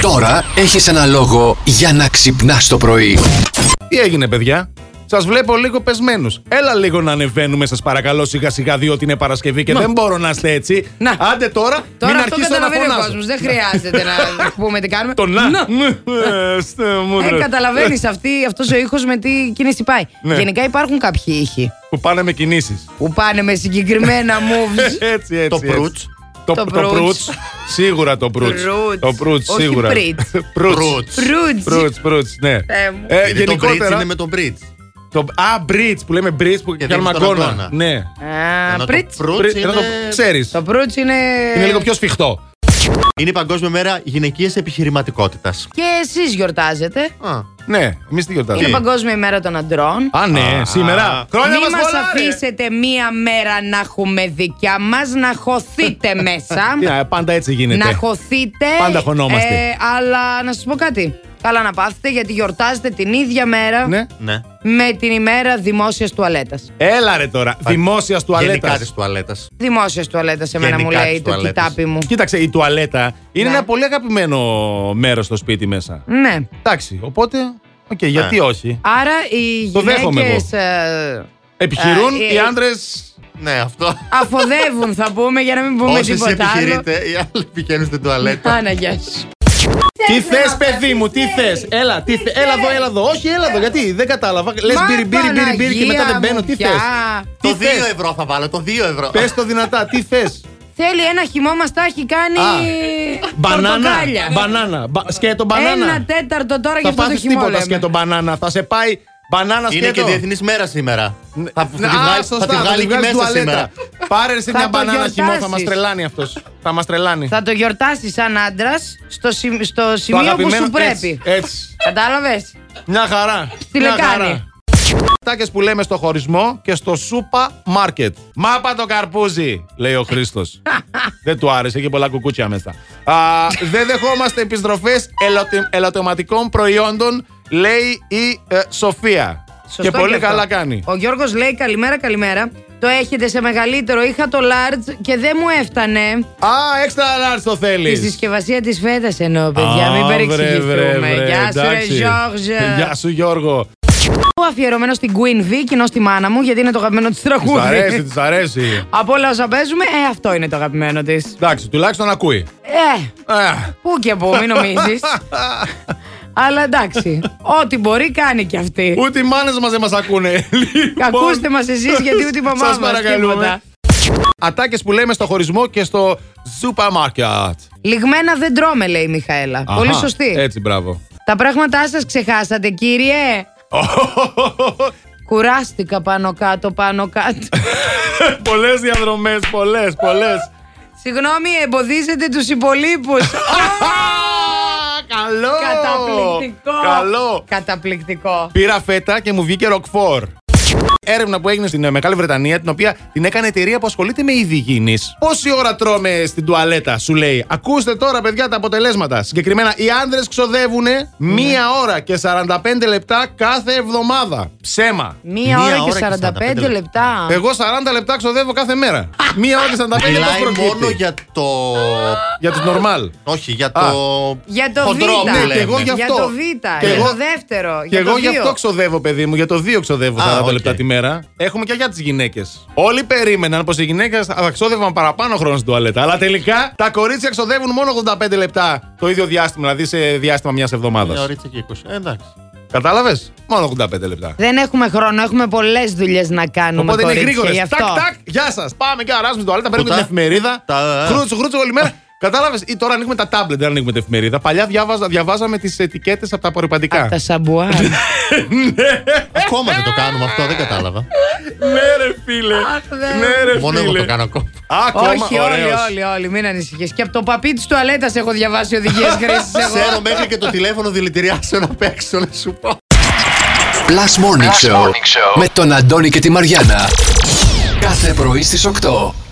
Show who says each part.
Speaker 1: Τώρα έχεις ένα λόγο για να ξυπνάς το πρωί.
Speaker 2: Τι έγινε, παιδιά. Σας βλέπω λίγο πεσμένους. Έλα λίγο να ανεβαίνουμε, σας παρακαλώ, σιγά σιγά, διότι είναι Παρασκευή και δεν μπορώ να είστε έτσι.
Speaker 3: Να.
Speaker 2: Άντε τώρα,
Speaker 3: Τώρα
Speaker 2: μην
Speaker 3: αυτό
Speaker 2: αρχίσω να
Speaker 3: καταλαβαίνει ο
Speaker 2: φωνάζω.
Speaker 3: κόσμος. Δεν χρειάζεται να πούμε τι κάνουμε.
Speaker 2: Το να.
Speaker 3: Να.
Speaker 2: Ε, στε μου, ρε.
Speaker 3: Ε, καταλαβαίνει αυτός ο ήχος με τι κίνηση πάει.
Speaker 2: Ναι.
Speaker 3: Γενικά υπάρχουν κάποιοι ήχοι
Speaker 2: Που πάνε με κινήσεις.
Speaker 3: που πάνε με συγκεκριμένα moves.
Speaker 2: έτσι, έτσι.
Speaker 4: Το
Speaker 2: έτσι.
Speaker 4: προύτς.
Speaker 2: Το, το
Speaker 3: Το προύτς.
Speaker 2: προύτς. Σίγουρα το προύτς.
Speaker 3: Προύτς.
Speaker 2: Το προύτς,
Speaker 3: Όχι
Speaker 2: σίγουρα.
Speaker 3: πριτς.
Speaker 2: Προύτς.
Speaker 4: Προύτς.
Speaker 3: Ρούτζ.
Speaker 2: Προύτς, προύτς, ναι.
Speaker 3: Θεέ μου.
Speaker 2: Ε,
Speaker 4: Γιατί το Bridge
Speaker 2: γενικότερα.
Speaker 4: είναι με τον Bridge.
Speaker 2: Το, α, μπριτς που λέμε μπριτς που
Speaker 4: Γιατί
Speaker 2: κάνουμε
Speaker 4: είναι στον
Speaker 2: αγκώνα.
Speaker 4: αγκώνα.
Speaker 2: Ναι.
Speaker 3: Α,
Speaker 4: Ενώ
Speaker 3: πριτς.
Speaker 4: Το Proots
Speaker 2: Πρι-
Speaker 4: είναι...
Speaker 2: Ενώ το ξέρεις.
Speaker 3: Το Ε. προύτς είναι.
Speaker 2: Είναι λίγο πιο σφιχτό.
Speaker 4: είναι η Παγκόσμια Μέρα Γυναικείας Επιχειρηματικότητας.
Speaker 3: Και εσείς γιορτάζετε.
Speaker 4: Α,
Speaker 2: Ναι, εμείς τι
Speaker 3: Είναι
Speaker 2: γιορτάζουμε.
Speaker 3: Παγκόσμια ημέρα των αντρών.
Speaker 2: Α, ναι, σήμερα. Χρόνια
Speaker 3: Μη
Speaker 2: μας
Speaker 3: μας ε.
Speaker 2: πολλά, ρε.
Speaker 3: αφήσετε μία μέρα να έχουμε δικιά μας, να χωθείτε μέσα.
Speaker 2: Τι να, Πάντα έτσι
Speaker 3: να
Speaker 2: γίνεται.
Speaker 3: χωθείτε.
Speaker 2: Ναι,
Speaker 3: ε,
Speaker 2: Πάντα χωνόμαστε.
Speaker 3: αλλά να σας πω κάτι. Καλά να πάθετε γιατί γιορτάζετε την ίδια μέρα
Speaker 2: Ναι.
Speaker 4: ναι.
Speaker 3: με την ημέρα δημόσιας τουαλέτας.
Speaker 2: Έλα ρε τώρα, δημόσια
Speaker 4: Γενικά
Speaker 2: τουαλέτα.
Speaker 4: της τουαλέτας.
Speaker 3: Δημόσιας τουαλέτας εμένα
Speaker 4: Γενικά
Speaker 3: μου λέει
Speaker 4: τις
Speaker 3: το
Speaker 4: τουαλέτες.
Speaker 3: κοιτάπι μου.
Speaker 2: Κοίταξε, η τουαλέτα είναι
Speaker 3: Ναι.
Speaker 2: ένα πολύ αγαπημένο μέρος στο σπίτι μέσα.
Speaker 3: Ναι.
Speaker 2: Εντάξει, οπότε. Οκ, γιατί
Speaker 4: Ναι.
Speaker 2: όχι.
Speaker 3: Άρα οι
Speaker 2: Το δέχομαι
Speaker 3: γυναίκες ε,
Speaker 2: Επιχειρούν
Speaker 3: ε,
Speaker 2: οι
Speaker 3: ε,
Speaker 2: άντρες.
Speaker 4: Ναι, αυτό.
Speaker 3: αφοδεύουν θα πούμε για να μην πούμε
Speaker 4: Όσες
Speaker 3: τίποτα άλλο.
Speaker 4: επιχειρείτε, οι άλλοι πηγαίνουν στην τουαλέτα.
Speaker 3: Άνα, γεια σου.
Speaker 2: Τι θε,
Speaker 3: να
Speaker 2: παιδί μου, τι θες. Έλα, τι θες. Έλα εδώ, έλα εδώ. Όχι, έλα εδώ, γιατί δεν κατάλαβα. Λες
Speaker 3: Μα
Speaker 2: μπύρι, μπύρι, μπύρι, μπύρι και μετά δεν
Speaker 3: Παναγία
Speaker 2: μπαίνω.
Speaker 3: μου
Speaker 2: Τι θε.
Speaker 3: πια.
Speaker 4: Το
Speaker 2: Τι
Speaker 4: 2
Speaker 2: θες.
Speaker 4: ευρώ θα βάλω, το 2 ευρώ.
Speaker 2: Πες το δυνατά, τι θες.
Speaker 3: Θέλει ένα χυμό μας τα έχει κάνει
Speaker 2: Α, Μπανάνα.
Speaker 3: πορτοκάλια.
Speaker 2: Μπανάνα. μπα- Σκέτο μπανάνα.
Speaker 3: Ένα τέταρτο τώρα για
Speaker 2: Θα
Speaker 3: αυτό το
Speaker 2: πάθεις
Speaker 3: χυμό
Speaker 2: τίποτα
Speaker 3: λέμε.
Speaker 2: σκέτο μπανάνα. Θα σε πάει μπανάνα
Speaker 4: Είναι και
Speaker 2: σκέτο.
Speaker 4: διεθνής μέρα σήμερα.
Speaker 2: Ναι.
Speaker 4: Θα, θα τη
Speaker 2: Α,
Speaker 4: βγάλει, θα
Speaker 2: σωστά,
Speaker 4: τη βγάλει και μέσα σήμερα.
Speaker 2: Πάρε εσύ
Speaker 3: Θα
Speaker 2: μια
Speaker 3: το
Speaker 2: μπανάνα χυμό, θα
Speaker 3: γιορτάσεις.
Speaker 2: μα τρελάνει αυτός. Θα μας τρελάνει.
Speaker 3: Θα το γιορτάσεις σαν άντρας στο, σι- στο
Speaker 2: Το
Speaker 3: σημείο που
Speaker 2: αγαπημένο-
Speaker 3: σου πρέπει.
Speaker 2: Έτσι. έτσι.
Speaker 3: Κατάλαβες.
Speaker 2: Μια χαρά.
Speaker 3: Στη
Speaker 2: μια
Speaker 3: λεκάνη.
Speaker 2: χαρά. Τάκες που λέμε στο χωρισμό και στο σούπα μάρκετ. Μάπα το καρπούζι, λέει ο Χρήστος. Δεν του άρεσε, είχε πολλά κουκούτσια μέσα. Α, δεν δεχόμαστε επιστροφές ελαττωματικών προϊόντων, λέει η ε, Σοφία.
Speaker 3: Σωστό
Speaker 2: και πολύ
Speaker 3: αυτό.
Speaker 2: καλά κάνει.
Speaker 3: Ο Γιώργος λέει καλημέρα, καλημέρα. Το έχετε σε μεγαλύτερο. Είχα το large και δεν μου έφτανε.
Speaker 2: Α, έξτρα large το
Speaker 3: Τη
Speaker 2: θέλει.
Speaker 3: συσκευασία της φέτας εννοώ, παιδιά.
Speaker 2: Α,
Speaker 3: Μην
Speaker 2: βρε,
Speaker 3: περιεξηγηθούμε.
Speaker 2: βρε, βρε,
Speaker 3: Γεια σου, ρε
Speaker 2: εντάξει. Γεια
Speaker 3: Γιώργο.
Speaker 2: σου, Γιώργο.
Speaker 3: Αφιερωμένο στην Queen V, κοινό στη μάνα μου, γιατί είναι το αγαπημένο της
Speaker 2: Της αρέσει,
Speaker 3: τραγούδι.
Speaker 2: της αρέσει.
Speaker 3: Από όλα όσα παίζουμε, ε, αυτό είναι το αγαπημένο της.
Speaker 2: Εντάξει, τουλάχιστον ακούει.
Speaker 3: Ε,
Speaker 2: Ε,
Speaker 3: πού και πού, μην νομίζεις. Αλλά εντάξει, ό,τι μπορεί κάνει κι αυτή.
Speaker 2: Ούτε οι μάνες μας δεν μας ακούνε. Λοιπόν,
Speaker 3: Ακούστε μας εσείς, γιατί ούτε η μαμά
Speaker 2: Σας
Speaker 3: μας
Speaker 2: παρακαλούμε.
Speaker 3: τίποτα.
Speaker 2: Ατάκες που λέμε στο χωρισμό και στο σούπα μάρκετ.
Speaker 3: Λιγμένα δεν τρώμε, λέει η Μιχαέλα. Πολύ
Speaker 2: Αχα, Ε,
Speaker 3: σωστή.
Speaker 2: Έτσι, μπράβο.
Speaker 3: Τα πράγματά σας ξεχάσατε, κύριε. Κουράστηκα πάνω κάτω, πάνω κάτω.
Speaker 2: Πολλές διαδρομές, πολλές, πολλές.
Speaker 3: Συγγνώμη, εμποδίζετε τους υπολείπους.
Speaker 2: Καλό!
Speaker 3: Καταπληκτικό.
Speaker 2: Καλό!
Speaker 3: Καταπληκτικό.
Speaker 2: Πήρα φέτα και μου βγήκε ροκφόρ. Έρευνα που έγινε στην ε, Μεγάλη Βρετανία, την οποία την έκανε εταιρεία που ασχολείται με είδη υγιεινή. Πόση ώρα τρώμε στην τουαλέτα, σου λέει. Ακούστε τώρα, παιδιά, τα αποτελέσματα. Συγκεκριμένα, οι άνδρες ξοδεύουν μία
Speaker 3: Ναι.
Speaker 2: ώρα και 45 λεπτά κάθε εβδομάδα. Ψέμα.
Speaker 3: Μία ώρα και 45 λεπτά.
Speaker 2: Εγώ 40 λεπτά Ε, ξοδεύω κάθε μέρα. Μία ώρα και 45 λεπτά
Speaker 4: Μιλάει
Speaker 2: προκύπτει.
Speaker 4: μόνο για το.
Speaker 2: για του νορμάλ.
Speaker 4: Όχι, για
Speaker 2: Α.
Speaker 4: το.
Speaker 3: Για το
Speaker 4: χοντρό
Speaker 3: Β.
Speaker 4: που
Speaker 3: Ναι,
Speaker 4: λέμε.
Speaker 2: και εγώ για-
Speaker 3: Για
Speaker 2: αυτό.
Speaker 3: το Β, για
Speaker 2: Και εγώ-
Speaker 3: το δεύτερο,
Speaker 2: Και
Speaker 3: για το
Speaker 2: εγώ γι' αυτό
Speaker 3: δύο.
Speaker 2: ξοδεύω, παιδί μου, για το δύο ξοδεύω
Speaker 4: Α,
Speaker 2: 40
Speaker 4: οκ.
Speaker 2: λεπτά τη μέρα. Έχουμε και για τις γυναίκες. Όλοι περίμεναν πως οι γυναίκες θα ξόδευαν παραπάνω χρόνο στην τουαλέτα. Αλλά τελικά τα κορίτσια ξοδεύουν μόνο 85 λεπτά το ίδιο διάστημα, δηλαδή σε διάστημα μιας
Speaker 4: Μια
Speaker 2: εβδομάδα.
Speaker 4: ωρίτσα και 20. Ε, Εντάξει.
Speaker 2: Κατάλαβες? Μόνο 85 λεπτά.
Speaker 3: Δεν έχουμε χρόνο, έχουμε πολλές δουλειές να κάνουμε.
Speaker 2: Οπότε είναι
Speaker 3: κορίτσια,
Speaker 2: γρήγορες.
Speaker 3: γι'
Speaker 2: Τάκ,
Speaker 3: αυτό.
Speaker 2: τάκ, γεια σας. Πάμε και αράζουμε στην τουαλέτα, παίρνουμε την
Speaker 4: Κουτά.
Speaker 2: εφημερίδα.
Speaker 4: Τα-
Speaker 2: Χρούτσου, χρούτσου όλη μέρα. Κατάλαβες, ή τώρα ανοίγουμε τα τάμπλετ, δεν ανοίγουμε την εφημερίδα. Παλιά διάβαζα, διαβάζαμε τις ετικέτες από τα απορριπαντικά.
Speaker 3: Τα σαμπουάρ.
Speaker 4: Ακόμα Ε, δεν το κάνουμε αυτό, δεν κατάλαβα.
Speaker 2: ναι, ρε φίλε.
Speaker 3: δεν.
Speaker 2: ναι, ρε
Speaker 4: Μόνο εγώ το κάνω ακόμα.
Speaker 2: Ακόμα
Speaker 3: Όχι, όλοι,
Speaker 2: ωραίος.
Speaker 3: όλοι, όλοι. Μην ανησυχείς. Και από το παπί της τουαλέτας έχω διαβάσει οδηγίες χρήσης εγώ.
Speaker 4: Ξέρω μέχρι και το τηλέφωνο δηλητηριάσεων απ' έξω να σου πω.
Speaker 1: Plus Morning, Show, με τον Αντώνη και τη Μαριάνα. Κάθε πρωί στις 8.